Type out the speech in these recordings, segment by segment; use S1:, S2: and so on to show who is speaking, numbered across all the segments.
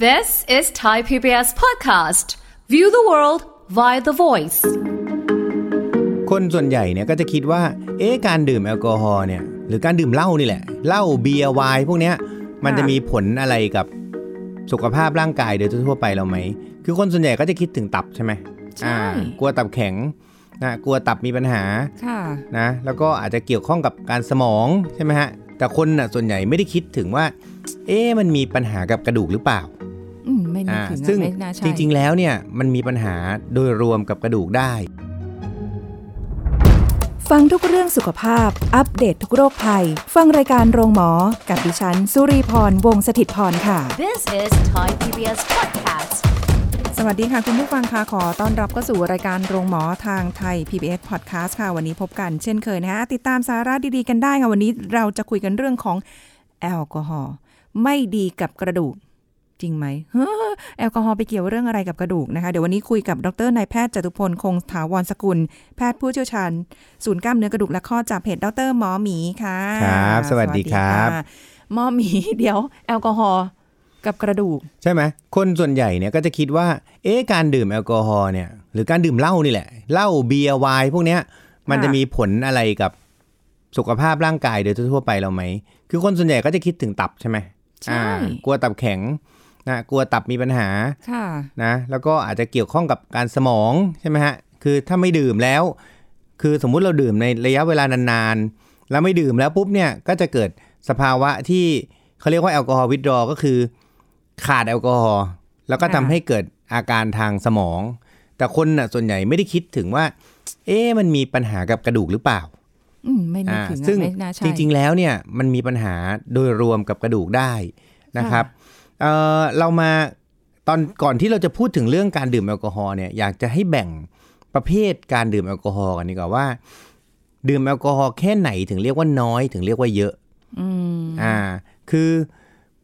S1: This is Thai PBS podcast. View the world via the voice.
S2: คนส่วนใหญ่เนี่ยก็จะคิดว่า เอ๊ะการดื่มแอลกอฮอล์เนี่ยหรือการดื่มเหล้านี่แหละเหล้าเบียร์ไวน์พวกเนี้ยมันจะมีผลอะไรกับสุขภาพร่างกายโดยทั่วๆไปเราไหม คือคนส่วนใหญ่ก็จะคิดถึงตับใช่ไหม
S3: ใช่
S2: อ่ากลัวตับแข็งนะกลัวตับมีปัญหา
S3: ค่ะ
S2: นะแล้วก็อาจจะเกี่ยวข้องกับการสมองใช่ไหมฮะแต่คนน่ะส่วนใหญ่ไม่ได้คิดถึงว่า เอ๊ะมันมีปัญหากับกระดูกหรือเปล่า
S3: อืม ไม่น่า
S2: อ่า
S3: ถึงอะ
S2: ซึ่ง
S3: ไม่น่าใช่
S2: จริง ๆ แล้วเนี่ยมันมีปัญหาโดยรวมกับกระดูกได้
S4: ฟังทุกเรื่องสุขภาพ อัปเดตทุกโรคภัย ฟังรายการโรงหมอ กับดิฉัน สุรีพร วงศิตพรค่ะ
S1: This is Thai PBS podcast.
S3: สวัสดีค่ะ คุณผู้ฟังค่ะ ขอต้อนรับเข้าสู่รายการโรงหมอทางไทย PBS Podcast ค่ะ วันนี้พบกันเช่นเคยนะคะติดตามสาระดีๆกันได้ค่ะ วันนี้เราจะคุยกันเรื่องของแอลกอฮอล์ไม่ดีกับกระดูก จริงไหม เฮ้อแอลกอฮอล์ไปเกี่ยวเรื่องอะไรกับกระดูกนะคะ เดี๋ยววันนี้คุยกับดรนายแพทย์จตุพลคงถาวรสกุล แพทย์ผู้เชี่ยวชาญ ศูนย์กล้ามเนื้อกระดูกและข้อจากเพจดรหมอหมีค่ะ
S2: ครับสวัสดีครับ
S3: ะหมอหมี เดี๋ยวแอลกอฮอล์กับกระดูก
S2: ใช่ไหมคนส่วนใหญ่เนี่ยก็จะคิดว่า เอ๊ะการดื่มแอลกอฮอล์เนี่ยหรือการดื่มเหล้านี่แหละเหล้าเบียร์ไวน์พวกเนี้ยมัน
S3: ค่ะ
S2: จะมีผลอะไรกับสุขภาพร่างกายโดยทั่วๆไปเราไหม คือคนส่วนใหญ่ก็จะคิดถึงตับใช่ไหม
S3: ใช่
S2: อ่ากลัวตับแข็งนะกลัวตับมีปัญหา
S3: ค่ะ
S2: นะแล้วก็อาจจะเกี่ยวข้องกับการสมองใช่ไหมฮะคือถ้าไม่ดื่มแล้ว คือสมมุติเราดื่มในระยะเวลานานๆ แล้วไม่ดื่มแล้วปุ๊บเนี่ยก็จะเกิดสภาวะที่เขาเรียกว่าแอลกอฮอล์วิดรอก็คือขาดแอลกอฮอล์แล้วก็ทำ
S3: ค่ะ
S2: ให้เกิดอาการทางสมอง แต่คนน่ะส่วนใหญ่ไม่ได้คิดถึงว่า เอ๊ะมันมีปัญหากับกระดูกหรือเปล่า
S3: อืม ไม่น่า
S2: อ่า
S3: ถึงอะ
S2: ซึ่ง
S3: ไม่น่าใช่
S2: จริง ๆ แล้วเนี่ยมันมีปัญหาโดยรวมกับกระดูกได้นะครับเอ่อเรามาตอนก่อนที่เราจะพูดถึงเรื่องการดื่มแอลกอฮอล์เนี่ยอยากจะให้แบ่ง ประเภทการดื่มแอลกอฮอล์กันดีกว่าว่า ดื่มแอลกอฮอล์แค่ไหนถึงเรียกว่าน้อยถึงเรียกว่าเยอะอ่า คือ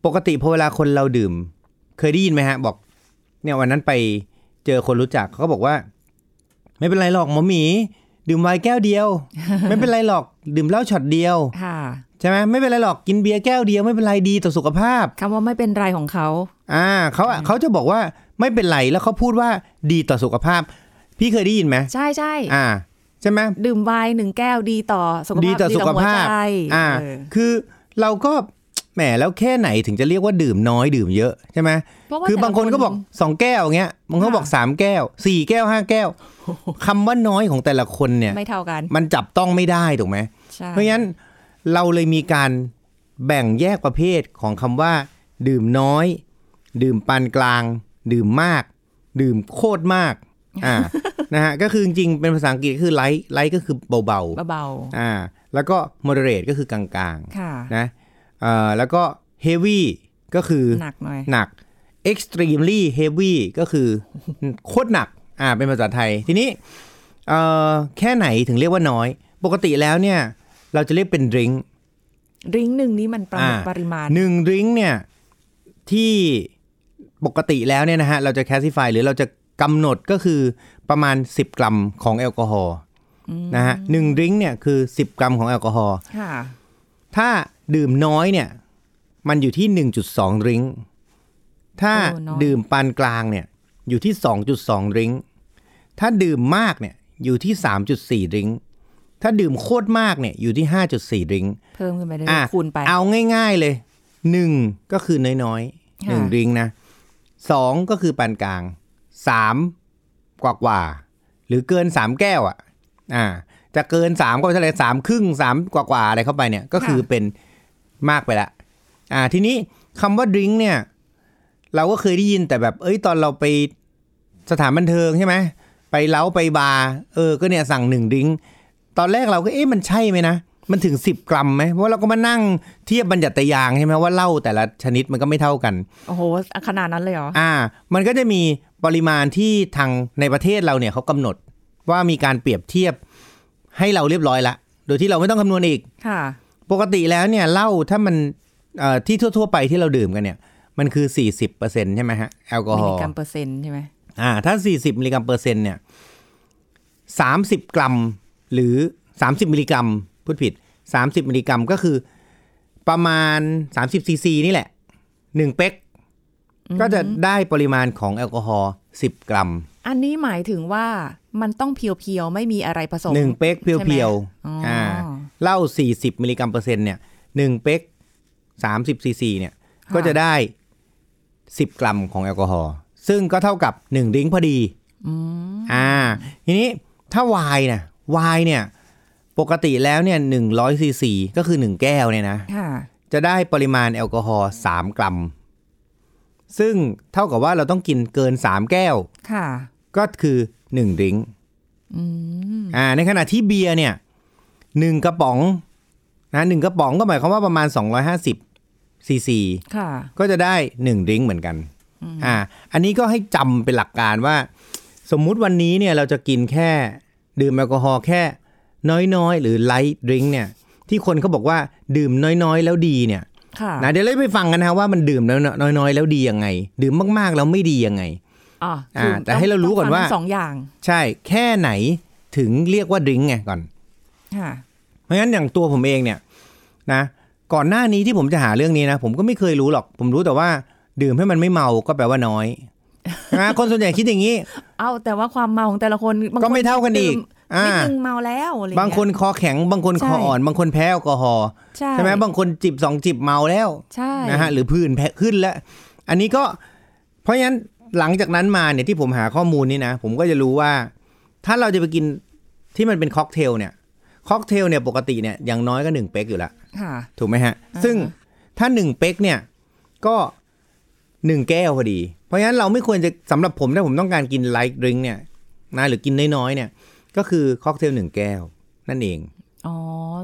S2: ปกติพอเวลาคนเราดื่ม เคยได้ยินไหมฮะ บอก เนี่ยวันนั้นไปเจอคนรู้จักเขาก็บอกว่า ไม่เป็นไรหรอกหมอหมี ดื่มไวน์แก้วเดี ยว ไม่เป็นไรหรอกดื่มเหล้าช็อตเดียว
S3: ค่ะ
S2: ใช่ไหมไม่เป็นไรหรอกกินเบียร์แก้วเดียวไม่เป็นไรดีต่อสุขภาพ
S3: คำว่าไม่เป็นไรของเขา
S2: อ่าเขาอะเขาจะบอกว่าไม่เป็นไรแล้วเขาพูดว่าดีต่อสุขภาพ พี่เคยได้ยินไหม
S3: ใช่ใช่
S2: อ่าใช่ไหม
S3: ดื่มไวน์หนึ่งแก้วดีต่อสุขภาพ
S2: ดีต่อสุขภาพ
S3: หัวใจ
S2: อ่า
S3: เออ
S2: คือเราก็ แหม แล้วแค่ไหนถึงจะเรียกว่าดื่มน้อยดื่มเยอะใช่ไหม
S3: เพระว่
S2: คือบางคน
S3: แต่
S2: ก็
S3: ละ
S2: บอกสองแก้วเงี้ย บางคนก็
S3: ค่ะ
S2: บอกสามแก้วสี่แก้วห้าแก้วคำว่าน้อยของแต่ละคนเนี่ย
S3: ไม่เท่ากัน
S2: มันจับต้องไม่ได้ถูกไหม
S3: ใช่
S2: เพราะงั้นเราเลยมีการแบ่งแยกประเภทของคำว่า ดื่มน้อย ดื่มปานกลาง ดื่มมาก ดื่มโคตรมากอ่า นะฮะก็คือจริงๆเป็นภาษาอังกฤษก็คือไลท์ไลท์ก็คือเบาๆ
S3: เบา
S2: อ่าแล้วก็ moderate ก็คือกลาง
S3: ๆค่ะ
S2: ๆนะเอ่อแล้วก็ heavy ก็คือ
S3: หนักหน่อย
S2: หนัก extremely heavy ก็คือ โคตรหนักอ่าเป็นภาษาไทยทีนี้เอ่อแค่ไหนถึงเรียกว่าน้อย ปกติแล้วเนี่ย เราจะเรียกเป็น drink
S3: ริ้งหนึ่งนี้มันประมาณ
S2: อ่า
S3: ปริมาณ
S2: หนึ่ง drink เนี่ยที่ปกติแล้วเนี่ยนะฮะเราจะ classify หรือเราจะกำหนดก็คือประมาณ 10 กรัมของแอลกอฮอล์นะฮะหนึ่ง drink เนี่ยคือ 10 กรัมของแอลกอฮอล์
S3: ค่ะ
S2: ถ้าดื่มน้อยเนี่ย มันอยู่ที่ 1.2ดริงก์ถ้า
S3: โอ้น้อย
S2: ดื่มปานกลางเนี่ย อยู่ที่ 2.2ดริงก์ถ้าดื่มมากเนี่ยอยู่ที่ 3.4ดริงก์ถ้าดื่มโคตรมากเนี่ยอยู่ที่ 5.4ดริงก์
S3: เพิ่มขึ้นไปเรื่อ
S2: อ่ะ
S3: ยๆคูณไป
S2: เอาง่ายๆเลย 1 ก็คือน้อยๆหนึ่ง
S3: ค่ะ
S2: ดริงก์นะ 2 ก็คือปานกลาง 3 กว่ากว่าๆหรือเกิน 3 แก้วอ่ะอ่า จะเกิน 3 ก็ไม่เท่าไหร่สามครึ่ง3กว่ากว่าๆอะไรเข้าไปเนี่ย ก็คือเป็นมากไปละ อ่า ทีนี้คำว่าดริงเนี่ย เราก็เคยได้ยินแต่แบบ เอ้ย ตอนเราไปสถานบันเทิงใช่ไหม ไปเล้าไปบาร์เออ ก็เนี่ยสั่งหนึ่งดริงตอนแรกเราก็เอ๊ะมันใช่ไหมนะ มันถึง 10 กรัมไหมเพราะเราก็มานั่งเทียบบัญญัติยางค์ใช่ไหมว่าเหล้าแต่ละชนิดมันก็ไม่เท่ากัน
S3: โอ้โห ขนาดนั้นเลยเหรอ
S2: อ่า มันก็จะมีปริมาณที่ทางในประเทศเราเนี่ยเขากำหนดว่ามีการเปรียบเทียบให้เราเรียบร้อยละ โดยที่เราไม่ต้องคำนวณอีก
S3: ค่ะ
S2: ปกติแล้วเนี่ยเหล้าถ้ามันเอ่อที่ทั่ว ๆ ไปที่เราดื่มกันเนี่ย มันคือ 40%ใช่ไหมฮะ แอลกอฮ
S3: มิล
S2: อ
S3: ลิ
S2: ล์
S3: กรัมเปอร์เซ็นต์ใช่ไหม
S2: อ่าถ้า 40 มิลลิกรัมเปอร์เซ็นต์เนี่ย 30 กรัมหรือ 30 มิลลิกรัมพูดผิด 30 มิลลิกรัมก็คือประมาณ 30ซีซีนี่แหละ 1 เป๊ก ก็จะได้ปริมาณของแอลกอฮอล์10 กรัม
S3: อันนี้หมายถึงว่ามันต้องเพียวๆ ไม่มีอะไรผสม
S2: หนึ่งเป๊กเ
S3: ใช่ไห
S2: พี
S3: ม
S2: ยว
S3: อ๋ออ่
S2: ๆ่าเหล้า 40 มิลลิกรัมเปอร์เซ็นต์เนี่ยหนึ่งเป๊ก30ซีซีเนี่ยก็จะได้ 10 กรัมของแอลกอฮอล์ซึ่งก็เท่ากับ 1 ดิ้งพอดีอ่า ทีนี้ถ้าวายนะวายเนี่ยปกติแล้วเนี่ย100ซีซีก็คือ 1 แก้วเนี่ยนะ
S3: ค่ะ
S2: จะได้ปริมาณแอลกอฮอล์3 กรัม ซึ่งเท่ากับว่าเราต้องกินเกิน 3 แก้ว
S3: ค่ะ
S2: ก็คือหนึ่งดริงก์อ่า ในขณะที่เบียร์เนี่ยหนึ่งกระป๋องนะหนึ่งกระป๋องก็หมายความว่าประมาณ 250ซีซี
S3: ค่ะ
S2: ก็จะได้หนึ่งดริงก์เหมือนกัน อ่า อันนี้ก็ให้จำเป็นหลักการว่า สมมุติวันนี้เนี่ยเราจะกินแค่ดื่มแอลกอฮอล์แค่น้อยๆ หรือไลท์ดริงก์เนี่ย ที่คนเขาบอกว่าดื่มน้อยๆ แล้วดีเนี่ย
S3: ค่ะ
S2: นะเดี๋ยวเราไปฟังกันนะว่ามันดื่มแล้วน้อยๆ แล้วดียังไง ดื่มมากๆแล้วไม่ดียังไง
S3: อ่าคือ
S2: อ่าแต่ให้เรารู้ก่อนว่า
S3: ต้งฟังทั้งสองอย่าง
S2: ใช่แค่ไหนถึงเรียกว่าดริงก์ไงก่อน
S3: ค่ะ
S2: เพราะงั้นอย่างตัวผมเองเนี่ยนะก่อนหน้านี้ที่ผมจะหาเรื่องนี้นะ ผมก็ไม่เคยรู้หรอก ผมรู้แต่ว่า ดื่มให้มันไม่เมาก็แปลว่าน้อย นะคนส่วนใหญ่คิดอย่างนี้
S3: เอาแต่ว่าความเมาของแต่ละคนบงคน
S2: ก็ไม่เท่ากันอีก
S3: ดื่ม
S2: อ่า
S3: นิดนึงเมาแล้วอะไรเย
S2: บางคนคอแข็ง บางคนคออ่อน บางคนแพ้แอลกอฮอล์
S3: ใช่
S2: ใช่ไหมบางคนจิบสองจิบเมาแล้ว
S3: ใช่
S2: นะฮะหรือพื้นแพ้ขึ้นแล้ว อันนี้ก็เพราะงั้นหลังจากนั้นมาเนี่ยที่ผมหาข้อมูลนี่นะ ผมก็จะรู้ว่า ถ้าเราจะไปกินที่มันเป็นค็อกเทลเนี่ยค็อกเทลเนี่ยปกติเนี่ยอย่างน้อยก็หนึ่งเป๊กอยู่ละ
S3: ค่ะ
S2: ถูกไหมฮะ ซึ่งถ้าหนึ่งเป๊กเนี่ย ก็หนึ่งแก้วพอดี เพราะฉะนั้นเราไม่ควรจะสำหรับผมถ้าผมต้องการกินไลท์ดริงก์เนี่ยนะหรือกินน้อยๆเนี่ย ก็คือค็อกเทลหนึ่งแก้ว นั่นเอง
S3: อ๋อ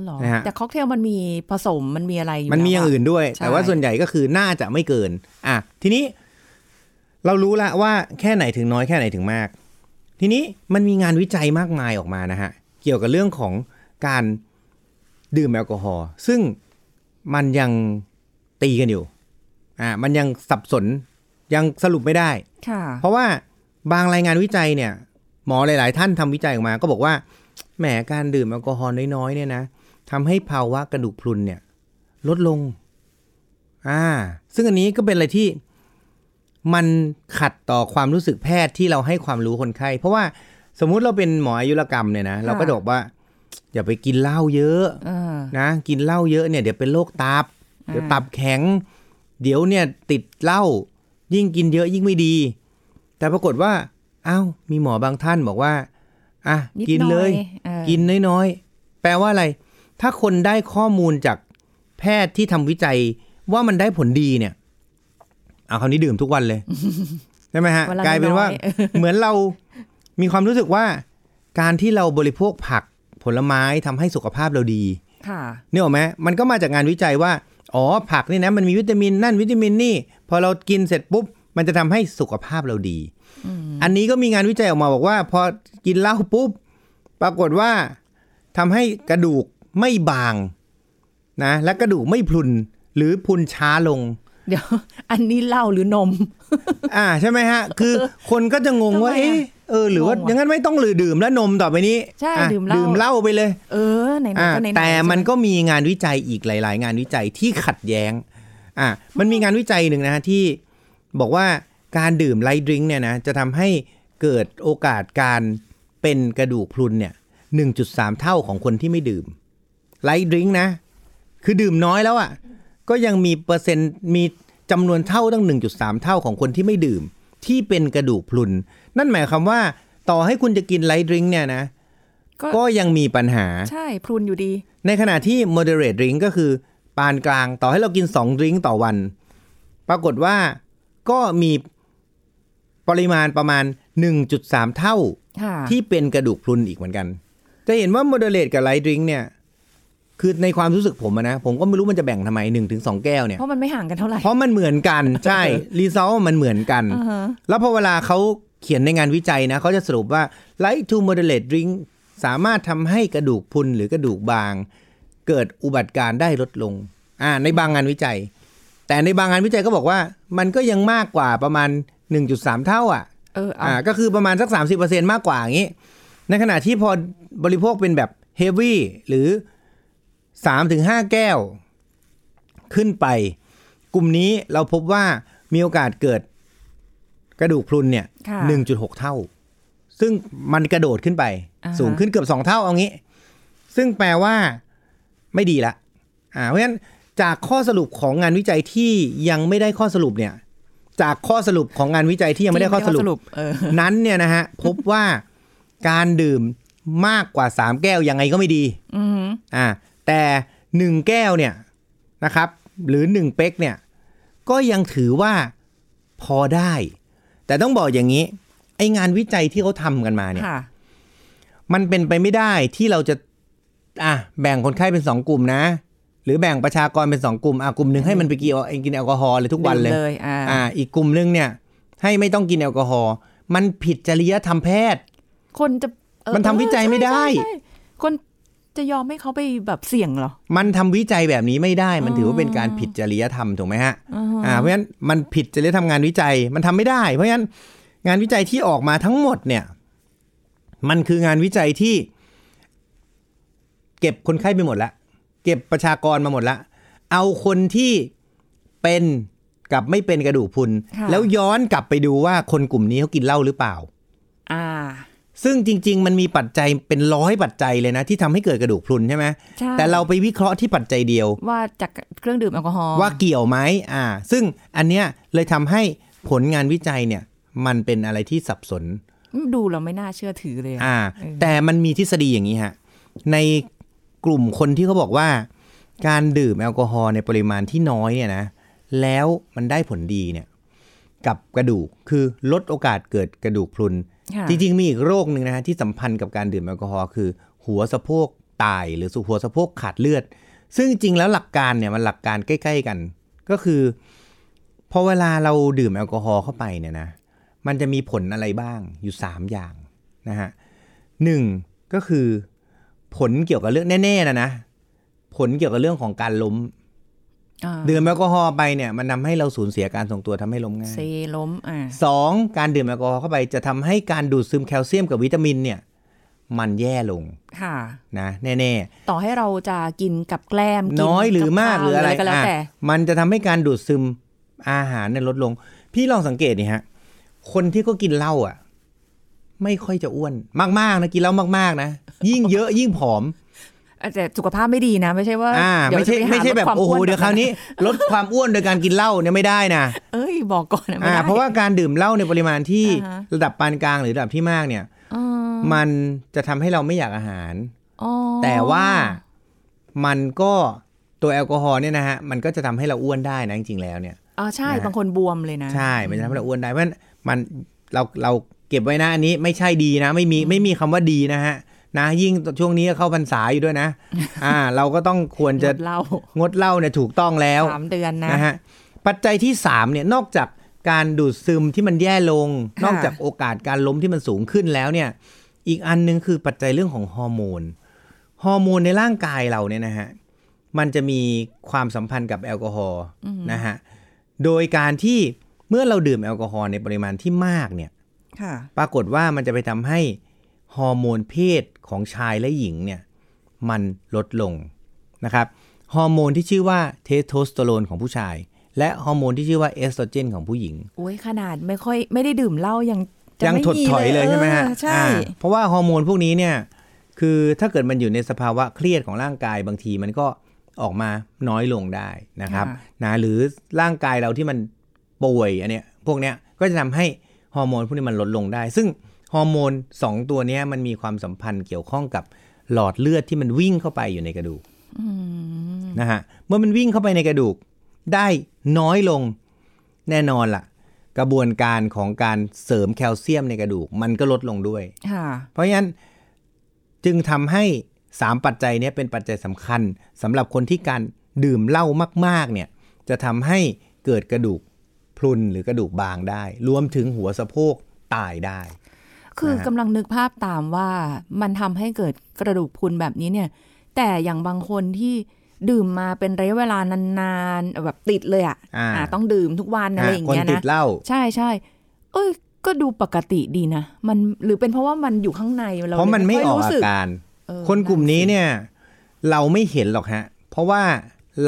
S3: เหรอ
S2: นะฮะ
S3: แต่ค็อกเทลมันมีผสมมันมีอะไรอยู่
S2: มันมีอย่าง
S3: แล้ว
S2: อื่นด้วย
S3: ใช่
S2: แต่ว่าส่วนใหญ่ก็คือน่าจะไม่เกิน อ่ะ ทีนี้เรารู้ละว่าแค่ไหนถึงน้อยแค่ไหนถึงมาก ทีนี้มันมีงานวิจัยมากมายออกมานะฮะ เกี่ยวกับเรื่องของการดื่มแอลกอฮอล์ซึ่งมันยังตีกันอยู่ อ่ะมันยังสับสนยังสรุปไม่ได้
S3: ค่ะ
S2: เพราะว่าบางรายงานวิจัยเนี่ย หมอหลาย ๆ ท่านทำวิจัยออกมา ก็บอกว่าแหมการดื่มแอลกอฮอล์น้อย ๆ เนี่ยนะทำให้ภาวะกระดูกพรุนเนี่ย ลดลง อ่า ซึ่งอันนี้ก็เป็นอะไรที่มันขัดต่อความรู้สึกแพทย์ที่เราให้ความรู้คนไข้ เพราะว่าสมมุติเราเป็นหมออายุรกรรมเนี่ยนะเราก็จะบอกว่า อย่าไปกินเหล้าเยอะ
S3: เออ
S2: นะกินเหล้าเยอะเนี่ยเดี๋ยวเป็นโรคตับ เดี๋ยวตับแข็ง เดี๋ยวเนี่ยติดเหล้ายิ่งกินเยอะยิ่งไม่ดี แต่ปรากฏว่าอ้าวมีหมอบางท่านบอกว่าอ่ะ
S3: นิด
S2: กินเลย
S3: หน่อยเออ
S2: กินน้อยๆ แปลว่าอะไร ถ้าคนได้ข้อมูลจากแพทย์ที่ทำวิจัยว่ามันได้ผลดีเนี่ยเอาคราวนี้ดื่มทุกวัน เลย ใช่ไหมฮะ
S3: วันละ
S2: กลายเป็น ว่า
S3: น้อย
S2: เหมือนเรามีความรู้สึกว่า การที่เราบริโภคผักผลไม้ทำให้สุขภาพเราดี
S3: ค่ะ
S2: เนี่ยหรอกไหมมันก็มาจากงานวิจัยว่า อ๋อ ผักนี่นะ มันมีวิตามินนั่นวิตามินนี่ พอเรากินเสร็จปุ๊บ มันจะทำให้สุขภาพเราดี อันนี้ก็มีงานวิจัยออกมาบอกว่า พอกินเหล้าปุ๊บ ปรากฏว่าทำให้กระดูกไม่บางนะ และกระดูกไม่พรุน หรือพรุนช้าลง
S3: เดี๋ยว อันนี้เหล้าหรือนม
S2: อ่าใช่ไหมฮะ คือคนก็จะงงว่า
S3: ทำไมอะ
S2: เอ๊ะเออ หรือว่าง
S3: งอะ
S2: อย่างนั้นไม่ต้องหรือดื่มแล้วนมต่อไปนี้
S3: ใช่
S2: อ่ะ
S3: ดื่มเหล้า
S2: ดื่มเหล้าไปเลย
S3: เออไหน
S2: อ่า
S3: ๆก็ไหนๆ
S2: แต่มัน
S3: ใช่ไห
S2: ก็มีงานวิจัยอีกหลาย ๆ งานวิจัยที่ขัดแย้งอ่ะมันมีงานวิจัยหนึ่งนะฮะที่บอกว่าการดื่มไลท์ดริงก์เนี่ยนะจะทำให้เกิดโอกาสการเป็นกระดูกพรุนเนี่ย 1.3 เท่าของคนที่ไม่ดื่มไลท์ดริงก์นะ คือดื่มน้อยแล้วอะ่ะ ก็ยังมีเปอร์เซ็นต์มีจำนวนเท่าตั้ง 1.3 เท่าของคนที่ไม่ดื่ม ที่เป็นกระดูกพรุน นั่นหมายความว่าต่อให้คุณจะกินไลท์ดริงก์เนี่ยนะ
S3: ก็
S2: ก็ยังมีปัญหา
S3: ใช่พรุนอยู่ดี
S2: ในขณะที่ moderate drink ก็คือปานกลางต่อให้เรากิน 2 drink ต่อวัน ปรากฏว่าก็มีปริมาณประมาณ 1.3 เท่า
S3: ค่ะ
S2: ที่เป็นกระดูกพรุนอีกเหมือนกัน จะเห็นว่า moderate กับ light drink เนี่ย คือในความรู้สึกผมอะนะ ผมก็ไม่รู้มันจะแบ่งทำไม 1-2 แก้วเนี่ย
S3: เพราะมันไม่ห่างกันเท่าไหร่
S2: เพราะมันเหมือนกัน ใช่ รีซอลมันเหมือนกัน แล้วพอเวลาเขาเขียนในงานวิจัยนะเขาจะสรุปว่า light to moderate drink สามารถทำให้กระดูกพรุนหรือกระดูกบาง เกิดอุบัติการณ์ได้ลดลง อ่า ในบางงานวิจัย แต่ในบางงานวิจัยก็บอกว่า มันก็ยังมากกว่าประมาณ 1.3 เท่าอ่ะ
S3: เออเอา
S2: อ่าก็คือประมาณสัก 30%มากกว่าอย่างนี้ ในขณะที่พอบริโภคเป็นแบบเฮฟวี่หรือ 3-5 แก้ว ขึ้นไป กลุ่มนี้เราพบว่ามีโอกาสเกิด กระดูกพรุนเนี่ย
S3: ค่ะ
S2: หนึ่งจุดหกเท่า ซึ่งมันกระโดดขึ้นไป
S3: อ่าฮะ
S2: สูงขึ้นเกือบสองเท่าเอางี้ ซึ่งแปลว่าไม่ดีละอ่าเพราะฉะนั้นจากข้อสรุปของงานวิจัยที่ยังไม่ได้ข้อสรุปเนี่ย จากข้อสรุปของงานวิจัยที่ยังไม่ได้ข้อสรุป
S3: เออ
S2: นั้นเนี่ยนะฮะ พบว่าการดื่มมากกว่า 3 แก้วยังไงก็ไม่ดีอ่าแต่ 1 แก้วเนี่ยนะครับ หรือ 1 เป๊กเนี่ย ก็ยังถือว่าพอได้ แต่ต้องบอกอย่างนี้ ไองานวิจัยที่เขาทำกันมาเนี่ย
S3: ค่ะ
S2: มันเป็นไปไม่ได้ที่เราจะ อ่ะแบ่งคนไข้เป็นสองกลุ่มนะ หรือแบ่งประชากรเป็นสองกลุ่มอ่ะกลุ่มหนึ่งให้มันไปกินเอากินแอลกอฮอล์เลยทุกวันเลย
S3: ดื่มเลยอ่า
S2: อ่า อีกกลุ่มหนึงเนี่ย ให้ไม่ต้องกินแอลกอฮอล์มันผิดจริยธรรมแพทย์
S3: คนจะเออ
S2: มันทำวิจัยไม่ได้
S3: ใช่ใช่ใช่คนจะยอมให้เขาไปแบบเสี่ยงเหรอ
S2: มันทำวิจัยแบบนี้ไม่ได้ มันถือว่าเป็นการผิดจริยธรรมถูกไหมฮะอ่าเพราะฉะนั้นมันผิดจริยธรรมงานวิจัยมันทำไม่ได้ เพราะฉะนั้นงานวิจัยที่ออกมาทั้งหมดเนี่ย มันคืองานวิจัยที่ เก็บคนไข้ไปหมดละเก็บประชากรมาหมดละเอาคนที่เป็นกับไม่เป็นกระดูกพรุน
S3: ค่ะ
S2: แล้วย้อนกลับไปดูว่าคนกลุ่มนี้เขากินเหล้าหรือเปล่า
S3: อ่า
S2: ซึ่งจริง ๆ มันมีปัจจัยเป็นร้อยปัจจัยเลยนะ ที่ทำให้เกิดกระดูกพรุนใช่ไหม
S3: ใช่
S2: แต่เราไปวิเคราะห์ที่ปัจจัยเดียว
S3: ว่าจากเครื่องดื่มแอลกอฮอล์
S2: ว่าเกี่ยวไหมอ่า ซึ่งอันเนี้ยเลยทำให้ผลงานวิจัยเนี่ย มันเป็นอะไรที่สับสน
S3: ดูเราไม่น่าเชื่อถือเลยอะ
S2: อ่า แต่มันมีทฤษฎีอย่างนี้ฮะ ในกลุ่มคนที่เขาบอกว่า การดื่มแอลกอฮอล์ในปริมาณที่น้อยเนี่ยนะ แล้วมันได้ผลดีเนี่ย กับกระดูก คือลดโอกาสเกิดกระดูกพรุน
S3: ค่ะ
S2: จริงๆมีอีกโรคหนึ่งนะฮะที่สัมพันธ์กับการดื่มแอลกอฮอล์คือ หัวสะโพกตายหรือสุหัวสะโพกขาดเลือด ซึ่งจริงๆแล้วหลักการเนี่ยมันหลักการใกล้ ๆกัน ก็คือพอเวลาเราดื่มแอลกอฮอล์เข้าไปเนี่ยนะมันจะมีผลอะไรบ้างอยู่ 3 อย่างนะฮะหนึ่งก็คือผลเกี่ยวกับเรื่องแน่ๆนะนะผลเกี่ยวกับเรื่องของการล้ม
S3: อ่า
S2: ดื่มแอลกอฮอล์ไปเนี่ยมันทำให้เราสูญเสียการทรงตัวทำให้ล้มง่าย
S3: เซล้มอ่า
S2: สองการดื่มแอลกอฮอล์เข้าไปจะทำให้การดูดซึมแคลเซียมกับวิตามินเนี่ย มันแย่ลง
S3: ค่ะ
S2: นะแน่
S3: ต่อให้เราจะกินกับแกล้ม
S2: ๆ
S3: กิ
S2: น้อยหรือ
S3: กับ
S2: มาก
S3: ข้ว
S2: หรืออะไร
S3: ก็แล้ว
S2: อ่ะ
S3: แต่
S2: มันจะทำให้การดูดซึมอาหารเนี่ยลดลง พี่ลองสังเกตนี่ฮะ คนที่ก็กินเหล้าอ่ะ ไม่ค่อยจะอ้วนมากๆนะกินเหล้ามากๆนะยิ่งเยอะยิ่งผอม
S3: แต่สุขภาพไม่ดีนะ ไม่ใช่ว่า
S2: อ่า
S3: เดี๋ยว
S2: ไม่ใช่ไม่
S3: จะปหา
S2: ใช่แบบ
S3: ลดควา
S2: โอ้โห
S3: น
S2: เดี๋ยวคราวนี้ลดความอ้วนโดยการกินเหล้าเนี่ยไม่ได้นะ
S3: เอ้ยบอกก่อนนะไม่
S2: อ่า
S3: ได้
S2: เพราะว่าการดื่มเหล้าในปริมาณที่
S3: อ่าฮะ
S2: ระดับปานกลางหรือระดับที่มากเนี่ย
S3: อ๋อ
S2: มันจะทำให้เราไม่อยากอาหาร
S3: อ๋อ
S2: แต่ว่ามันก็ตัวแอลกอฮอล์เนี่ยนะฮะ มันก็จะทำให้เราอ้วนได้นะจริงๆแล้วเนี่ย
S3: อ๋อใช่
S2: นะ
S3: บางคนบวมเลยนะ
S2: ใช่ มันจะทำให้เราอ้วนได้ เพราะฉะนั้นมันเราเราเก็บไว้นะอันนี้ไม่ใช่ดีนะ ไม่มีไม่มีคำว่าดีนะฮะนะยิ่งช่วงนี้เข้าพรรษาอยู่ด้วยนะ อ่า เราก็ต้องควรจะ
S3: งดเหล้าง
S2: ดเหล้าเนี่ยถูกต้องแล้ว
S3: สามเดือนนะ
S2: นะฮะปัจจัยที่3เนี่ยนอกจากการดูดซึมที่มันแย่ลง
S3: ค่ะ
S2: นอกจากโอกาสการล้มที่มันสูงขึ้นแล้วเนี่ยอีกอันหนึงคือปัจจัยเรื่องของฮอร์โมนฮอร์โมนในร่างกายเราเนี่ยนะฮะมันจะมีความสัมพันธ์กับแอลกอฮอล์นะฮะโดยการที่เมื่อเราดื่มแอลกอฮอล์ในปริมาณที่มากเนี่ย
S3: ค่ะ
S2: ปรากฏว่ามันจะไปทำให้ฮอร์โมนเพศของชายและหญิงเนี่ยมันลดลง นะครับฮอร์โมนที่ชื่อว่าเทสโทสเตอโรนของผู้ชาย และฮอร์โมนที่ชื่อว่าเอสโตรเจนของผู้หญิง
S3: โอ้ยขนาดไม่ค่อยไม่ได้ดื่มเหล้ายังจะ
S2: ยัง
S3: ไม่
S2: ถดถอยเลยใช่ไหมฮะ
S3: เออใช่
S2: อ่าเพราะว่าฮอร์โมนพวกนี้เนี่ยคือถ้าเกิดมันอยู่ในสภาวะเครียดของร่างกายบางทีมันก็ออกมาน้อยลงได้นะครับ
S3: ค่ะ
S2: นะหรือร่างกายเราที่มันป่วยอันเนี้ยพวกเนี้ยก็จะทำให้ฮอร์โมนพวกนี้มันลดลงได้ ซึ่งฮอร์โมนสองตัวเนี้ยมันมีความสัมพันธ์เกี่ยวข้องกับหลอดเลือดที่มันวิ่งเข้าไปอยู่ในกระดูกนะฮะเมื่อมันวิ่งเข้าไปในกระดูกได้น้อยลง แน่นอนล่ะ กระบวนการของการเสริมแคลเซียมในกระดูก มันก็ลดลงด้วย
S3: ค่ะ
S2: เพราะฉะนั้นจึงทำให้ 3 ปัจจัยเนี้เป็นปัจจัยสำคัญสำหรับคนที่การดื่มเหล้ามาก ๆ เนี่ย จะทำให้เกิดกระดูกพรุนหรือกระดูกบางได้ รวมถึงหัวสะโพกตายได้
S3: คือ
S2: นะฮะ
S3: กำลังนึกภาพตามว่ามันทำให้เกิดกระดูกพรุนแบบนี้เนี่ย แต่อย่างบางคนที่ดื่มมาเป็นระยะเวลานานๆแบบติดเลยอะ
S2: อ่า
S3: อ่ะต้องดื่มทุกวันอะไรอย่าง
S2: คน
S3: เงี้ย
S2: ติ
S3: นะ
S2: ดเหล้า
S3: ใช่ใช่เอ้ย ก็ดูปกติดีนะมันหรือเป็นเพราะว่ามันอยู่ข้างในเรา
S2: เพราะมันไม่
S3: ค่ย
S2: ออกอา
S3: สึ
S2: การ
S3: เออ
S2: คนกลุ่มนี้เนี่ย เราไม่เห็นหรอกฮะ เพราะว่า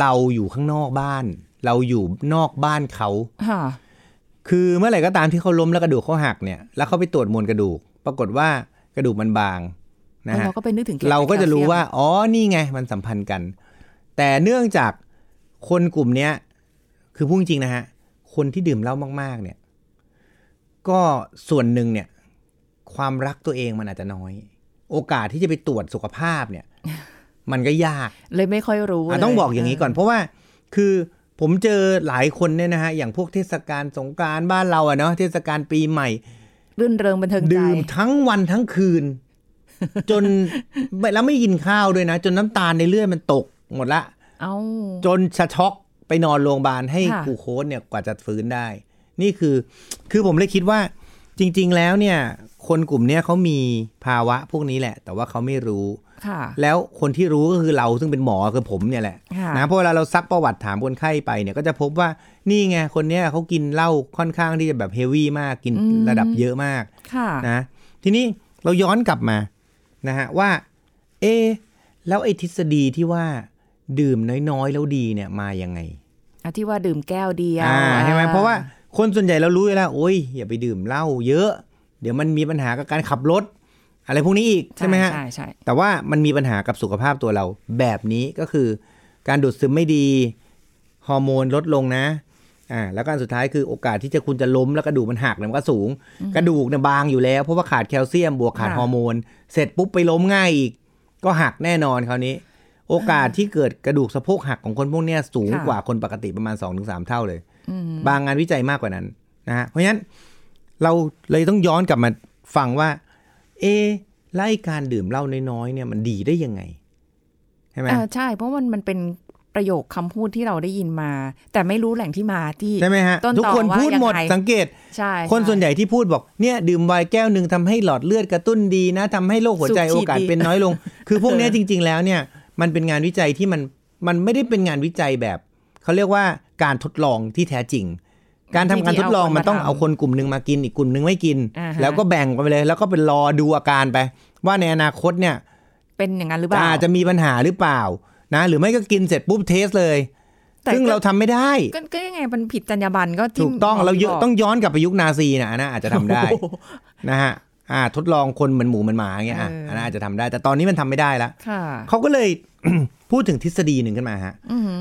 S2: เราอยู่ข้างนอกบ้าน เราอยู่นอกบ้านเขา
S3: ค่ะ
S2: คือเมื่อไหร่ก็ตามที่เขาล้มแล้วกระดูกเขาหักเนี่ย แล้วเขาไปตรวจมวลกระดูก ปรากฏว่ากระดูกมันบางนะฮะ
S3: เราก็ไปนึกถึงแคล
S2: เราก็จะรู้
S3: แคลเซียม
S2: ว่า อ๋อ นี่ไง มันสัมพันธ์กัน แต่เนื่องจากคนกลุ่มเนี้ย คือพูดจริงๆนะฮะ คนที่ดื่มเหล้ามาก ๆ เนี่ย ก็ส่วนหนึ่งเนี่ย ความรักตัวเองมันอาจจะน้อย โอกาสที่จะไปตรวจสุขภาพเนี่ย มันก็ยาก
S3: เลยไม่ค่อยรู้
S2: อ่ะ
S3: เลย
S2: ต้องบอกอย่างนี้ก่อนเพราะว่าคือผมเจอหลายคนเนี่ยนะฮะ อย่างพวกเทศกาลสงกรานต์บ้านเราอะเนาะเทศกาลปีใหม่
S3: รื่นเริงบันเทิงใจ
S2: ดื่มทั้งวันทั้งคืน จน ไม่แล้วไม่กินข้าวด้วยนะ จนน้ำตาลในเลือดมันตกหมดละ
S3: เอ้า
S2: จนชะช็อกไปนอนโรงพยาบาลให้
S3: ค่ะ
S2: กูโค้ดเนี่ยกว่าจะฟื้นได้ นี่คือ คือผมเลยคิดว่าจริง ๆ แล้วเนี่ย คนกลุ่มเนี้ยเขามีภาวะพวกนี้แหละ แต่ว่าเขาไม่รู้
S3: ค่ะ
S2: แล้วคนที่รู้ก็คือเราซึ่งเป็นหมอคือผมเนี่ยแหละ
S3: ค่ะ
S2: นะเพราะเวลาเราซักประวัติถามคนไข้ไปเนี่ยก็จะพบว่านี่ไงคนเนี้ยเขากินเหล้าค่อนข้างที่จะแบบเฮฟวี่มากกินระดับเยอะมาก
S3: ค่ะ
S2: นะทีนี้เราย้อนกลับมานะฮะว่า เอะแล้วไอ้ทฤษฎีที่ว่าดื่มน้อยๆแล้วดีเนี่ยมายังไง
S3: อ่ะที่ว่าดื่มแก้วเดียว
S2: อ่าใช่ไหม
S3: อ่
S2: เพราะว่าคนส่วนใหญ่เรารู้อยู่แล้วโอ้ยอย่าไปดื่มเหล้าเยอะ เดี๋ยวมันมีปัญหากับการขับรถ อะไรพวกนี้อีกใช่ไหมฮะ
S3: ใช่ใช่
S2: แต่ว่ามันมีปัญหากับสุขภาพตัวเราแบบนี้ก็คือ การดูดซึมไม่ดีฮอร์โมนลดลงนะอ่าแล้วก็อันสุดท้ายคือโอกาสที่จะคุณจะล้มแล้วกระดูกมันหักเนี่ยมันก็สูง กระดูกเนี่ยบางอยู่แล้ว เพราะว่าขาดแคลเซียมบวกขาดฮอร์โมน เสร็จปุ๊บไปล้มง่ายอีก ก็หักแน่นอนคราวนี้ โอกาสที่เกิดกระดูกสะโพกหักของคนพวกเนี้ยสูงกว่าคนปกติประมาณ 2-3 เท่าเลย บางงานวิจัยมากกว่านั้นนะฮะเพราะฉะนั้นเราเลยต้องย้อนกลับมาฟังว่า เอะไล่การดื่มเหล้าน้อยๆเนี่ยมันดีได้ยังไงใช่ไหม
S3: อ่าใช่ เพราะมันมันเป็นประโยคคำพูดที่เราได้ยินมา แต่ไม่รู้แหล่งที่มาที่
S2: ใช่ไหมฮะ
S3: ต้นต่อ
S2: ทุกคนพูดหมด
S3: ว่ายังไง
S2: สังเกต
S3: ใช่
S2: คนส่วน
S3: ใช่
S2: ใหญ่ที่พูดบอกเนี่ยดื่มไวน์แก้วหนึ่งทำให้หลอดเลือดกระตุ้นดีนะทำให้โรคหัวใจโอบ
S3: สูฉีด
S2: กาส
S3: ดี
S2: เป็นน้อยลง คือพวกเนี้ยจริง ๆ แล้วเนี่ยมันเป็นงานวิจัยที่มันมันไม่ได้เป็นงานวิจัยแบบเขาเรียกว่าการทดลองที่แท้จริง การทำการทดลองมันต้องเอาคนกลุ่มหนึ่งมากินอีกกลุ่มหนึ่งไม่กิน
S3: อ่าฮะ
S2: แล้วก็แบ่งกันไปเลย แล้วก็เป็นรอดูอาการไป ว่าในอนาคตเนี่ย
S3: เป็นอย่างนั้นหรือเปล่า
S2: อาจจะมีปัญหาหรือเปล่านะหรือไม่ก็กินเสร็จปุ๊บเทสเลย
S3: แต่
S2: ซึ่งเราทำไม่ได้
S3: ก็ก็ยังไงมันผิดจรรยาบรรณก็ที่
S2: ถูกต้อง
S3: หม
S2: เราเยอะ
S3: บก
S2: ต้องย้อนกลับไปยุคนาซีนะอันนะอาจจะทำได้
S3: โอ้โห
S2: นะฮะอ่าทดลองคนเหมือนหมูเหมือนหมาอย่างเงี้ยอ่ะ
S3: เอออั
S2: อันนั้นอาจจะทำได้ แต่ตอนนี้มันทำไม่ได้ละ
S3: ค่ะ
S2: เขาก็เลย พูดถึงทฤษฎีหนึ่งขึ้นมาฮะ
S3: อืม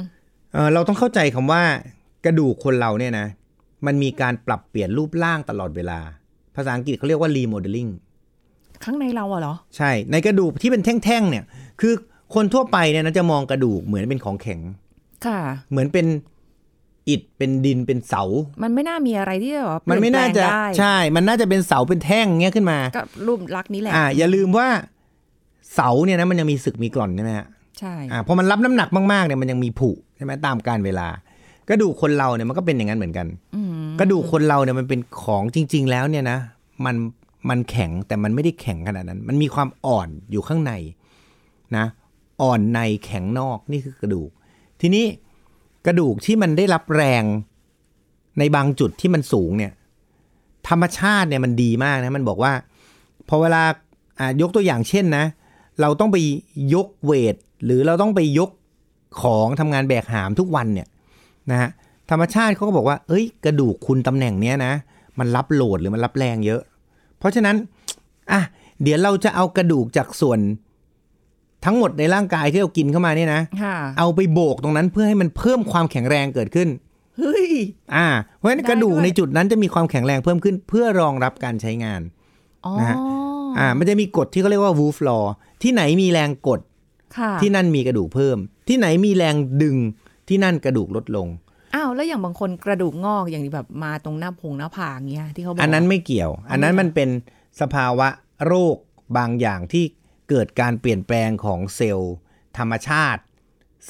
S2: เอ่อเราต้องเข้าใจคำว่ากระดูกคนเราเนี่ยนะ มันมีการปรับเปลี่ยนรูปร่างตลอดเวลา ภาษาอังกฤษเขาเรียกว่า remodeling
S3: ข้างในเราอะเหรอ
S2: ใช่ ในกระดูกที่เป็นแท่งๆเนี่ย คือคนทั่วไปเนี่ยนะจะมองกระดูกเหมือนเป็นของแข็ง
S3: ค่ะ
S2: เหมือนเป็นอิฐเป็นดินเป็นเสา
S3: มันไม่น่ามีอะไรที่แบบว่าเป
S2: มั
S3: ลี่
S2: น
S3: ย
S2: ไม่น่าจะ
S3: แปลงได้
S2: ใช่ มันน่าจะเป็นเสาเป็นแท่งเงี้ยขึ้นมา
S3: ก็รูปลักษณ์นี้แหละ
S2: อ่า อย่าลืมว่าเสาเนี่ยนะมันยังมีสึกมีกร่อนใช่ไหมฮะ
S3: ใช่
S2: อ่าพอมันรับน้ำหนักมากๆเนี่ยมันยังมีผุใช่ไหมตามการเวลากระดูกคนเราเนี่ยมันก็เป็นอย่างนั้นเหมือนกัน
S3: อืม
S2: กระดูกคนเราเนี่ยมันเป็นของจริง ๆ แล้วเนี่ยนะ มันมันแข็งแต่มันไม่ได้แข็งขนาดนั้น มันมีความอ่อนอยู่ข้างในนะ อ่อนในแข็งนอกนี่คือกระดูก ทีนี้กระดูกที่มันได้รับแรงในบางจุดที่มันสูงเนี่ย ธรรมชาติเนี่ยมันดีมากนะมันบอกว่าพอเวลาอ่ะยกตัวอย่างเช่นนะ เราต้องไปยกเวท หรือเราต้องไปยกของทำงานแบกหามทุกวันเนี่ยนะฮะธรรมชาติเขาก็บอกว่า เอ้ย กระดูกคุณตำแหน่งเนี้ยนะ มันรับโหลดหรือมันรับแรงเยอะ เพราะฉะนั้นอ่ะเดี๋ยวเราจะเอากระดูกจากส่วนทั้งหมดในร่างกายที่เรากินเข้ามาเนี่ยนะ
S3: ค่ะ
S2: เอาไปโบกตรงนั้นเพื่อให้มันเพิ่มความแข็งแรงเกิดขึ้น
S3: เฮ้ย
S2: อ่า เพราะฉะนั้น
S3: ได้
S2: กระดูก
S3: ด้วย
S2: ในจุดนั้นจะมีความแข็งแรงเพิ่มขึ้น เพื่อรองรับการใช้งาน
S3: อ๋อ
S2: นะฮะ อ่า มันจะมีกฎที่เขาเรียกว่า Wolf Law ที่ไหนมีแรงกด
S3: ค่ะ
S2: ที่นั่นมีกระดูกเพิ่ม ที่ไหนมีแรงดึงที่นั่นกระดูกลดลง
S3: อ้าวแล้วอย่างบางคนกระดูกงอกอย่างแบบมาตรงหน้าพงหน้าผากเงี้ยที่เขาบอก
S2: อันนั้นไม่เกี่ยว อันนั้นมันเป็นสภาวะโรคบางอย่างที่เกิดการเปลี่ยนแปลงของเซลล์ธรรมชาติ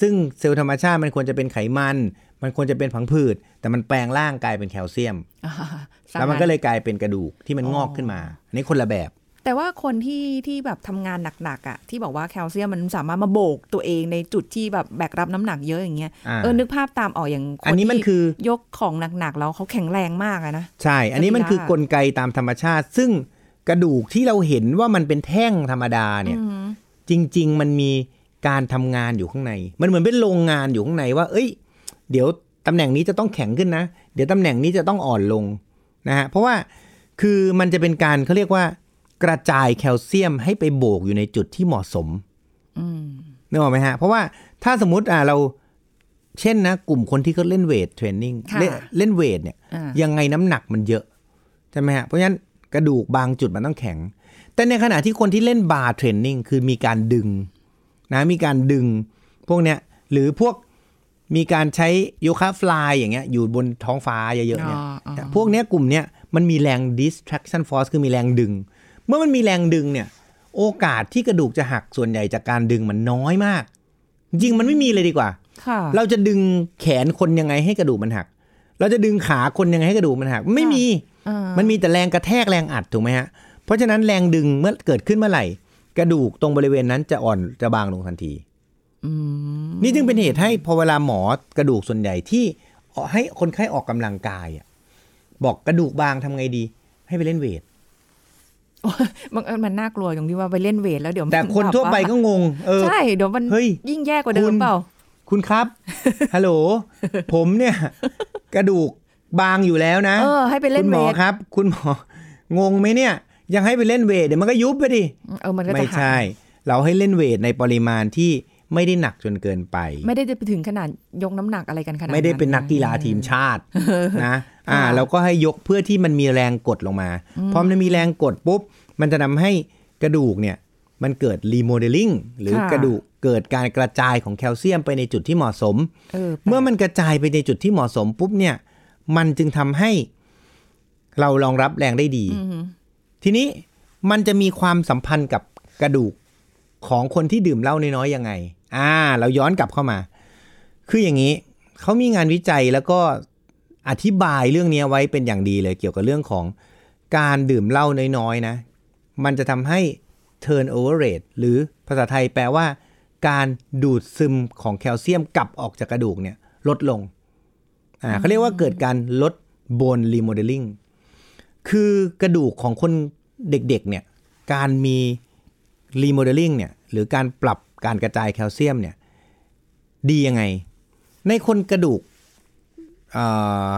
S2: ซึ่งเซลล์ธรรมชาติมันควรจะเป็นไขมัน มันควรจะเป็นผังผืด แต่มันแปลงร่างกลายเป็นแคลเซียม
S3: อ่า สาารถ
S2: แล้วมันก็เลยกลายเป็นกระดูกที่มันงอกขึ้นมาอันนี้คนละแบบ
S3: แต่ว่าคนที่ที่แบบทำงานหนักๆอ่ะที่บอกว่าแคลเซียมมันสามารถมาโบกตัวเองในจุดที่แบบแบกรับน้ำหนักเยอะอย่างเงี้ย
S2: อ่า
S3: เออนึกภาพตามออกอย่างค
S2: อันนี้มัน
S3: ที่
S2: คือ
S3: ยกของหนักๆแล้วเขาแข็งแรงมากอะนะ
S2: ใช่ อันนี้มันคือกลไกตามธรรมชาติ ซึ่งกระดูกที่เราเห็นว่ามันเป็นแท่งธรรมดาเนี่ย จริง ๆ มันมีการทำงานอยู่ข้างใน มันเหมือนเป็นโรงงานอยู่ข้างในว่า เอ้ย เดี๋ยวตำแหน่งนี้จะต้องแข็งขึ้นนะ เดี๋ยวตำแหน่งนี้จะต้องอ่อนลง นะฮะเพราะว่าคือมันจะเป็นการเขาเรียกว่ากระจายแคลเซียมให้ไปโบกอยู่ในจุดที่เหมาะสมนึกออกไหมฮะ เพราะว่าถ้าสมมติอ่าเราเช่นนะ กลุ่มคนที่เขาเล่นเวทเทรนนิ่ง
S3: ค่ะ
S2: เล่นเล่นเวทเนี่ย
S3: อ่ายั
S2: ยังไงน้ำหนักมันเยอะ ใช่ไหมฮะ เพราะฉะนั้นกระดูกบางจุดมันต้องแข็ง แต่ในขณะที่คนที่เล่นบาร์เทรนนิ่งคือมีการดึงนะมีการดึงพวกเนี้ยหรือพวกมีการใช้โยคะฟลายอย่างเงี้ยอยู่บนท้องฟ้าเยอะๆเนี่ย
S3: อ๋ออ๋อ
S2: แต่พวกเนี้ยกลุ่มเนี้ยมันมีแรง distraction force คือมีแรงดึง เมื่อมันมีแรงดึงเนี่ย โอกาสที่กระดูกจะหักส่วนใหญ่จากการดึงมันน้อยมาก จริงๆมันไม่มีเลยดีกว่า
S3: ค่ะ
S2: เราจะดึงแขนคนยังไงให้กระดูกมันหัก เราจะดึงขาคนยังไงให้กระดูกมันหัก ไม่มี
S3: อ่า
S2: มันมีแต่แรงกระแทกแรงอัดถูกไหมฮะ เพราะฉะนั้นแรงดึงเมื่อเกิดขึ้นเมื่อไหร่ กระดูกตรงบริเวณนั้นจะอ่อนจะบางลงทันที
S3: อืม
S2: นี่จึงเป็นเหตุให้พอเวลาหมอกระดูกส่วนใหญ่ที่ให้คนไข้ออกกำลังกายอะบอกกระดูกบางทำไงดี ให้ไปเล่นเวท
S3: มันเออมันน่ากลัวตรงที่ว่าไปเล่นเวทแล้วเดี๋ยวมั
S2: แต่คนทั่วไปก็งง เออ
S3: ใช่เดี๋ยวมัน
S2: เฮ้ย
S3: ยิ่งแย่กว่าเดิ
S2: คุ
S3: ม
S2: ณ
S3: เปล่า
S2: คุณ ครับ ฮัลโหล ผมเนี่ย กระดูกบางอยู่แล้วนะ
S3: เออ ให้ไปเล่
S2: คุ
S3: น
S2: ณห
S3: เว
S2: มอ
S3: ท
S2: ครับ คุณหมองงไหมเนี่ย ยังให้ไปเล่นเวทเดี๋ยวมันก็ยุบไปดิ
S3: เออมันก็จะ
S2: ไม่
S3: หา
S2: ใช่ เราให้เล่นเวทในปริมาณที่ไม่ได้หนักจนเกินไป
S3: ไม่ได้ไปถึงขนาดยกน้ำหนักอะไรกันขนาด
S2: ไม่ได้เป็นนักกีฬาทีมชาติ นะอ่าเราก็ให้ยกเพื่อที่มันมีแรงกดลงมาพอมันมีแรงกดปุ๊บ มันจะทำให้กระดูกเนี่ย มันเกิดรีโมเดลลิ่งหรือกระดูกเกิดการกระจายของแคลเซียมไปในจุดที่เหมาะสม
S3: เออ
S2: เมื่อมันกระจายไปในจุดที่เหมาะสมปุ๊บเนี่ย มันจึงทำให้เรารองรับแรงได้ดี ทีนี้มันจะมีความสัมพันธ์กับกระดูกของคนที่ดื่มเหล้าน้อยๆยังไง อ่า เราย้อนกลับเข้ามา คืออย่างนี้ เขามีงานวิจัยแล้วก็อธิบายเรื่องนี้ไว้เป็นอย่างดีเลย เกี่ยวกับเรื่องของการดื่มเหล้าน้อยๆนะ มันจะทำให้ turnover rate หรือภาษาไทยแปลว่า การดูดซึมของแคลเซียมกลับออกจากกระดูกเนี่ย ลดลง อ่าเขาเรียกว่าเกิดการลด bone remodeling คือกระดูกของคนเด็กๆเนี่ย การมี remodeling เนี่ย หรือการปรับการกระจายแคลเซียมเนี่ย ดียังไง ในคนกระดูกเอ่อ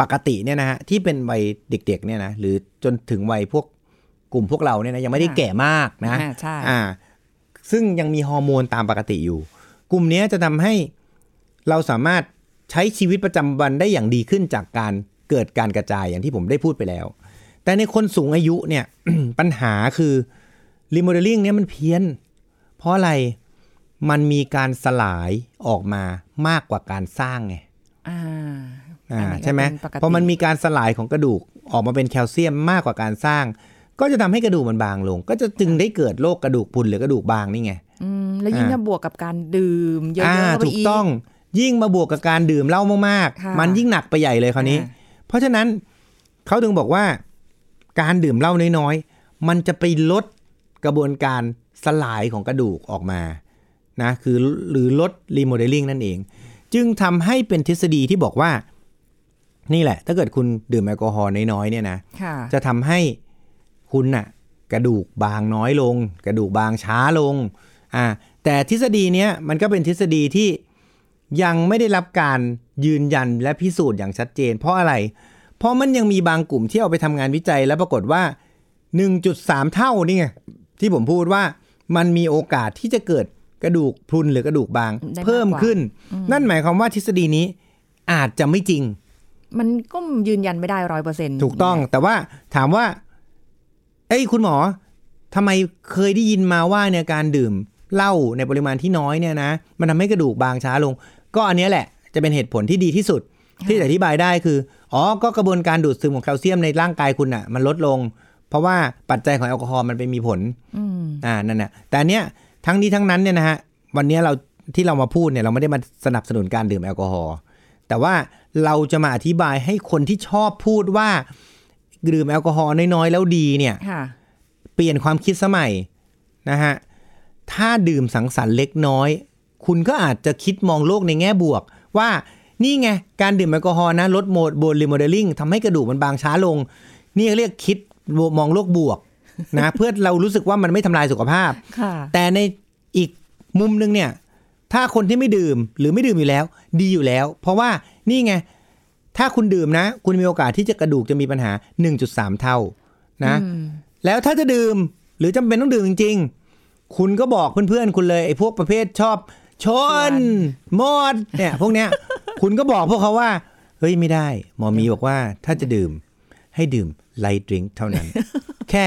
S2: ปกติเนี่ยนะฮะที่เป็นวัยเด็กๆเนี่ยนะหรือจนถึงวัยพวกกลุ่มพวกเราเนี่ยนะยังไม่ได้แก่มากนะ
S3: อ่าใช่
S2: อ่าซึ่งยังมีฮอร์โมนตามปกติอยู่ กลุ่มเนี้ยจะทำให้เราสามารถใช้ชีวิตประจำวันได้อย่างดีขึ้นจากการเกิดการกระจายอย่างที่ผมได้พูดไปแล้ว แต่ในคนสูงอายุ เนี่ย ปัญหาคือรีโมเดลลิ่งเนี่ยมันเพี้ยน เพราะอะไรมันมีการสลายออกมามากกว่าการสร้างไง
S3: อ่า
S2: อ่า
S3: อันนี้ก็
S2: ใช่ไหม
S3: เป็นปกติ
S2: พอมันมีการสลายของกระดูกออกมาเป็นแคลเซียมมากกว่าการสร้าง ก็จะทำให้กระดูกมันบางลง ก็จะจึงได้เกิดโรคกระดูกพรุนหรือกระดูกบางนี่ไง
S3: อืมแล้วยิ่ง
S2: อ่า
S3: ถ้าบวกกับการดื่มเยอะๆ
S2: อ่า
S3: เข้าไป
S2: ถูก
S3: อีก
S2: ต้องยิ่งมาบวกกับการดื่มเหล้ามาก
S3: ค่ะ
S2: ๆ มันยิ่งหนักไปใหญ่เลยคราวนี้
S3: อ่า
S2: เพราะฉะนั้นเขาถึงบอกว่าการดื่มเหล้าน้อยๆ มันจะไปลดกระบวนการสลายของกระดูกออกมานะคือหรือลดรีโมเดลลิ่งนั่นเอง จึงทำให้เป็นทฤษฎีที่บอกว่า นี่แหละ ถ้าเกิดคุณดื่มแอลกอฮอล์น้อยๆเนี่ยนะ
S3: ค่ะ
S2: จะทำให้คุณน่ะกระดูกบางน้อยลง กระดูกบางช้าลงอ่าแต่ทฤษฎีเนี้ยมันก็เป็นทฤษฎีที่ยังไม่ได้รับการยืนยันและพิสูจน์อย่างชัดเจน เพราะอะไร เพราะมันยังมีบางกลุ่มที่เอาไปทำงานวิจัยแล้วปรากฏว่า 1.3 เท่านี่ไงที่ผมพูดว่ามันมีโอกาสที่จะเกิดกระดูกพรุนหรือกระดูกบาง
S3: ได้มากกว่า
S2: เพิ่มขึ้น นั่นหมายความว่าทฤษฎีนี้อาจจะไม่จริง
S3: มันก็ยืนยันไม่ได้ร้อยเปอร์เซ็นต์
S2: ถูกต้องแต่ว่าถามว่า เอ้ยคุณหมอทำไมเคยได้ยินมาว่าเนี่ยการดื่มเหล้าในปริมาณที่น้อยเนี่ยนะ มันทำให้กระดูกบางช้าลง ก็อันเนี้ยแหละ จะเป็นเหตุผลที่ดีที่สุด ที่จะอธิบายได้คือ อ๋อ ก็กระบวนการดูดซึมของแคลเซียมในร่างกายคุณอ่ะ มันลดลง เพราะว่าปัจจัยของแอลกอฮอล์มันไปมีผล
S3: อืม
S2: อ่านั่นแหละแต่อันเนี้ยทั้งนี้ทั้งนั้นเนี่ยนะฮะวันเนี้ยเราที่เรามาพูดเนี่ยเราไม่ได้มาสนับสนุนการดื่มแอลกอฮอล์แต่ว่าเราจะมาอธิบายให้คนที่ชอบพูดว่าดื่มแอลกอฮอล์น้อยๆแล้วดีเนี่ย
S3: ค่ะ
S2: เปลี่ยนความคิดสมัยนะฮะ ถ้าดื่มสังสรรค์เล็กน้อย คุณก็อาจจะคิดมองโลกในแง่บวก ว่านี่ไง การดื่มแอลกอฮอล์นะลดโมดบนรีโมเดลลิ่งทำให้กระดูกมันบางช้าลง นี่เรียกคิดมองโลกบวกนะ เพื่อเรารู้สึกว่ามันไม่ทำลายสุขภาพ
S3: ค่ะ
S2: แต่ในอีกมุมหนึงเนี่ย ถ้าคนที่ไม่ดื่มหรือไม่ดื่มอยู่แล้ว ดีอยู่แล้ว เพราะว่านี่ไง ถ้าคุณดื่มนะ คุณมีโอกาสที่จะกระดูกจะมีปัญหา 1.3 เท่านะ แล้วถ้าจะดื่มหรือจำเป็นต้องดื่มจริง ๆ คุณก็บอกเพื่อนๆ คุณเลยไอ้พวกประเภทชอบชนหมดเนี่ย พวก เนี้ย คุณก็บอกพวกเขาว่า เฮ้ยไม่ได้ หมอหมีบอกว่าถ้าจะดื่มให้ดื่มไลท์ดริงเท่านั้น แค่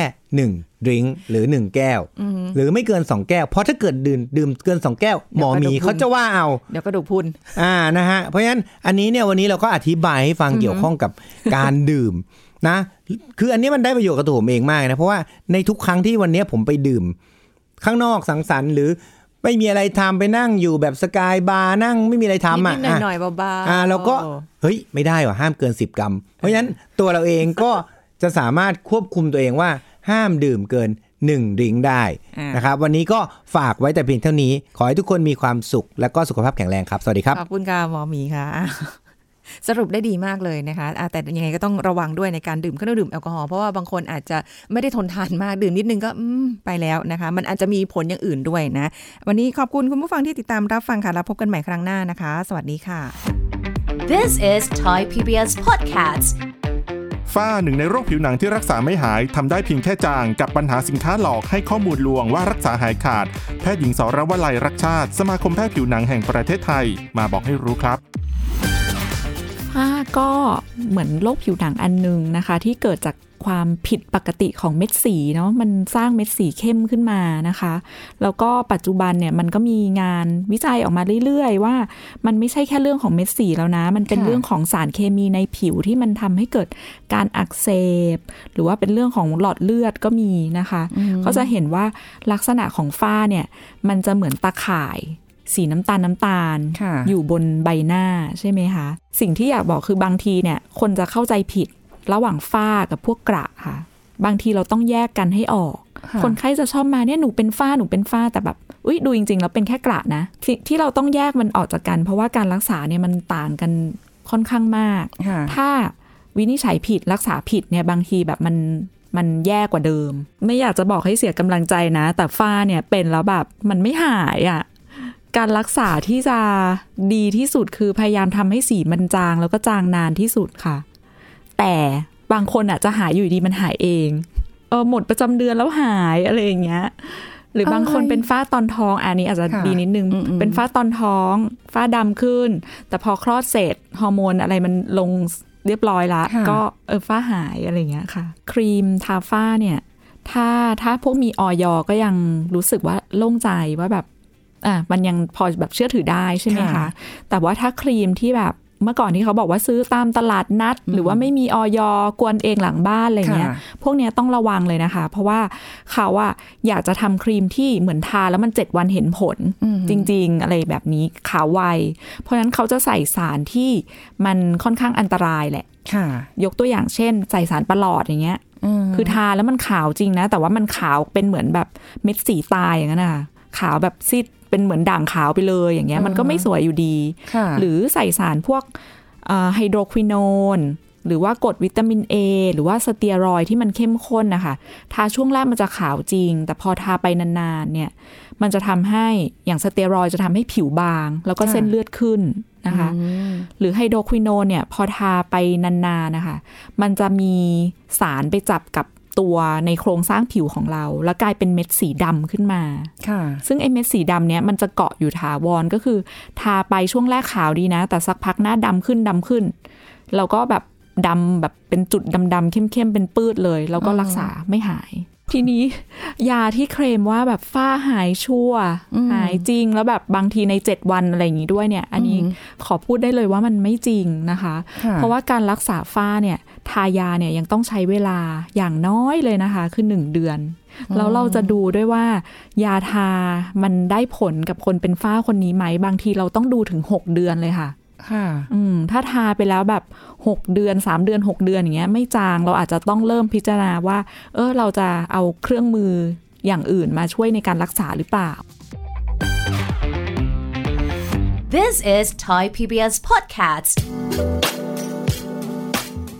S2: 1ดริงหรือ 1 แก้ว หรือไม่เกิน 2 แก้ว เพราะถ้าเกิดดื่มดื่มเกิน 2 แก้ว หมอหมีเขาจะว่าเอา
S3: เดี๋ยวกระดูกพรุน
S2: อ่านะฮะเพราะฉะนั้นอันนี้เนี่ยวันนี้เราก็อธิบายให้ฟังเกี่ยวข้องกับการดื่ม นะ คืออันนี้มันได้ประโยชน์กับตัวผมเองมากนะ เพราะว่าในทุกครั้งที่วันนี้ผมไปดื่ม ข้างนอกสังสรรค์หรือไม่มีอะไรทำไปนั่งอยู่แบบสกายบาร์นั่งไม่มีอะไรทำอ่ะ
S3: นิดๆหน่อยๆ
S2: ะ
S3: เบาๆ
S2: อ่าเราก็
S3: โอ้
S2: เฮ้ยไม่ได้ว่ะห้ามเกิน 10 กรัม เพราะฉะนั้นตัวเราเองก็จะสามารถควบคุมตัวเองว่า ห้ามดื่มเกิน1ดื่มได้นะครับวันนี้ก็ฝากไว้แต่เพียงเท่านี้ ขอให้ทุกคนมีความสุขและก็สุขภาพแข็งแรงครับสวัสดีครับ
S3: ขอบคุณค่ะหมอหมีค่ะ สรุปได้ดีมากเลยนะคะอ่ะแต่ยังไงก็ต้องระวังด้วยในการดื่มเครื่องดื่มแอลกอฮอล์เพราะว่าบางคนอาจจะไม่ได้ทนทานมากดื่มนิดนึงก็อืมไปแล้วนะคะ มันอาจจะมีผลอย่างอื่นด้วยนะ วันนี้ขอบคุณคุณผู้ฟังที่ติดตามรับฟังค่ะแล้วพบกันใหม่ครั้งหน้านะคะ สวัสดีค่ะ
S1: This is Thai PBS Podcast
S5: ฝ้าหนึ่งในโรคผิวหนังที่รักษาไม่หายทำได้เพียงแค่จางกับปัญหาสินค้าหลอกให้ข้อมูลลวงว่ารักษาหายขาด แพทย์หญิงสรวลัยรักชาติ สมาคมแพทย์ผิวหนังแห่งประเทศไทย มาบอกให้รู้ครับ
S6: ผ้าก็เหมือนโรคผิวหนังอันหนึงนะคะ ที่เกิดจากความผิดปกติของเม็ดสีเนาะมันสร้างเม็ดสีเข้มขึ้นมานะคะ แล้วก็ปัจจุบันเนี่ยมันก็มีงานวิจัยออกมาเรื่อยๆ ว่ามันไม่ใช่แค่เรื่องของเม็ดสีแล้วนะ มันเป็น
S3: ค่ะ
S6: เรื่องของสารเคมีในผิวที่มันทำให้เกิดการอักเสบ หรือว่าเป็นเรื่องของหลอดเลือดก็มีนะคะ ก็จะเห็นว่าลักษณะของฝ้าเนี่ยมันจะเหมือนตาข่าย สีน้ำตาลน้ำตาล
S3: ค่ะ
S6: อยู่บนใบหน้าใช่ไหมคะ สิ่งที่อยากบอกคือบางทีเนี่ย คนจะเข้าใจผิดระหว่างฝ้ากับพวกกระค่ะ บางทีเราต้องแยกกันให้ออก คนไข้จะชอบมาเนี่ยหนูเป็นฝ้าหนูเป็นฝ้าแต่แบบอุ้ยดูจริงๆแล้วเป็นแค่กระนะทที่เราต้องแยกมันออกจากกัน เพราะว่าการรักษาเนี่ยมันต่างกันค่อนข้างมาก
S3: ค่ะ
S6: ถ้าวินิจฉัยผิดรักษาผิดเนี่ยบางทีแบบมันมันแย่กว่าเดิม ไม่อยากจะบอกให้เสียกำลังใจนะ แต่ฝ้าเนี่ยเป็นแล้วแบบมันไม่หายอะ่ะการรักษาที่จะดีที่สุดคือพยายามทำให้สีมันจางแล้วก็จางนานที่สุดค่ะ แต่บางคนอ่ะจะหายอยู่ดีมันหายเองเออหมดประจำเดือนแล้วหายอะไรอย่างเงี้ยหรือบางคนเป็นฝ้าตอนท้องอันนี้อาจจะ
S3: ค่ะ
S6: ดีนิดนึง
S3: อืมๆ
S6: เป็นฝ้าตอนท้อง ฝ้าดำขึ้น แต่พอคลอดเสร็จฮอร์โมนอะไรมันลงเรียบร้อยละ
S3: ค่ะ
S6: ก็เออฝ้าหายอะไรอย่างเงี้ยค่ะ ครีมทาฝ้าเนี่ย ถ้าถ้าพวกมีออยก็ยังรู้สึกว่าโล่งใจว่าแบบอ่ะมันยังพอแบบเชื่อถือได้ใช่ไหม
S3: ค่ะ
S6: คะ แต่ว่าถ้าครีมที่แบบเมื่อก่อนที่เขาบอกว่าซื้อตามตลาดนัด หรือว่าไม่มีออยกวนเองหลังบ้านอะไรเงี้ย
S3: ค่ะ
S6: พวกเนี้ยต้องระวังเลยนะคะ เพราะว่าเขาอะอยากจะทำครีมที่เหมือนทาแล้วมัน 7 วันเห็นผล จริง ๆ อะไรแบบนี้ขาวไว เพราะฉะนั้นเขาจะใส่สารที่มันค่อนข้างอันตรายแหละ
S3: ค่ะ
S6: ยกตัวอย่างเช่น ใส่สารประหลอดอย่างเงี้ย คือทาแล้วมันขาวจริงนะ แต่ว่ามันขาวเป็นเหมือนแบบเม็ดสีตายอย่างนั้นนะคะขาวแบบซีดเป็นเหมือนด่างขาวไปเลยอย่างเงี้ยมันก็ไม่สวยอยู่ดี
S3: ค่ะ
S6: หรือใส่สารพวกไฮโดรควินอนหรือว่ากรดวิตามิน A หรือว่าสเตียรอยด์ที่มันเข้มข้นนะคะทาช่วงแรกมันจะขาวจริง แต่พอทาไปนานๆเนี่ยมันจะทำให้อย่างสเตียรอยด์จะทำให้ผิวบาง แล้วก็เส้นเลือดขึ้นนะคะ หรือไฮโดรควินอนเนี่ยพอทาไปนานๆนะคะ มันจะมีสารไปจับกับตัวในโครงสร้างผิวของเรา แล้วกลายเป็นเม็ดสีดำขึ้นมา
S3: ค่ะ
S6: ซึ่งไอเม็ดสีดำเนี้ยมันจะเกาะอยู่ถาวรก็คือ ทาไปช่วงแรกขาวดีนะ แต่สักพักหน้าดำขึ้นดำขึ้น แล้วก็แบบดำแบบเป็นจุดดำๆเข้มๆเป็นปื้ดเลย แล้วก็รักษาไม่หาย ทีนี้ ยาที่เคลมว่าแบบฝ้าหายชัวร์หายจริงแล้วแบบบางทีใน 7 วันอะไรอย่างนี้ด้วยเนี่ย อันนี้ขอพูดได้เลยว่ามันไม่จริงนะคะ
S3: ค่ะ
S6: เพราะว่าการรักษาฝ้าเนี่ยทายาเนี่ยยังต้องใช้เวลาอย่างน้อยเลยนะคะคือ 1 เดือน แล้วเราจะดูด้วยว่า ยาทามันได้ผลกับคนเป็นฝ้าคนนี้ไหม บางทีเราต้องดูถึง 6 เดือนเลยค่ะ
S3: ค่ะ
S6: อืมถ้าทาไปแล้วแบบ 6 เดือน 3 เดือน 6 เดือนอย่างเงี้ยไม่จางเราอาจจะต้องเริ่มพิจารณาว่า เออเราจะเอาเครื่องมืออย่างอื่นมาช่วยในการรักษาหรือเปล่า
S1: This is Thai PBS Podcast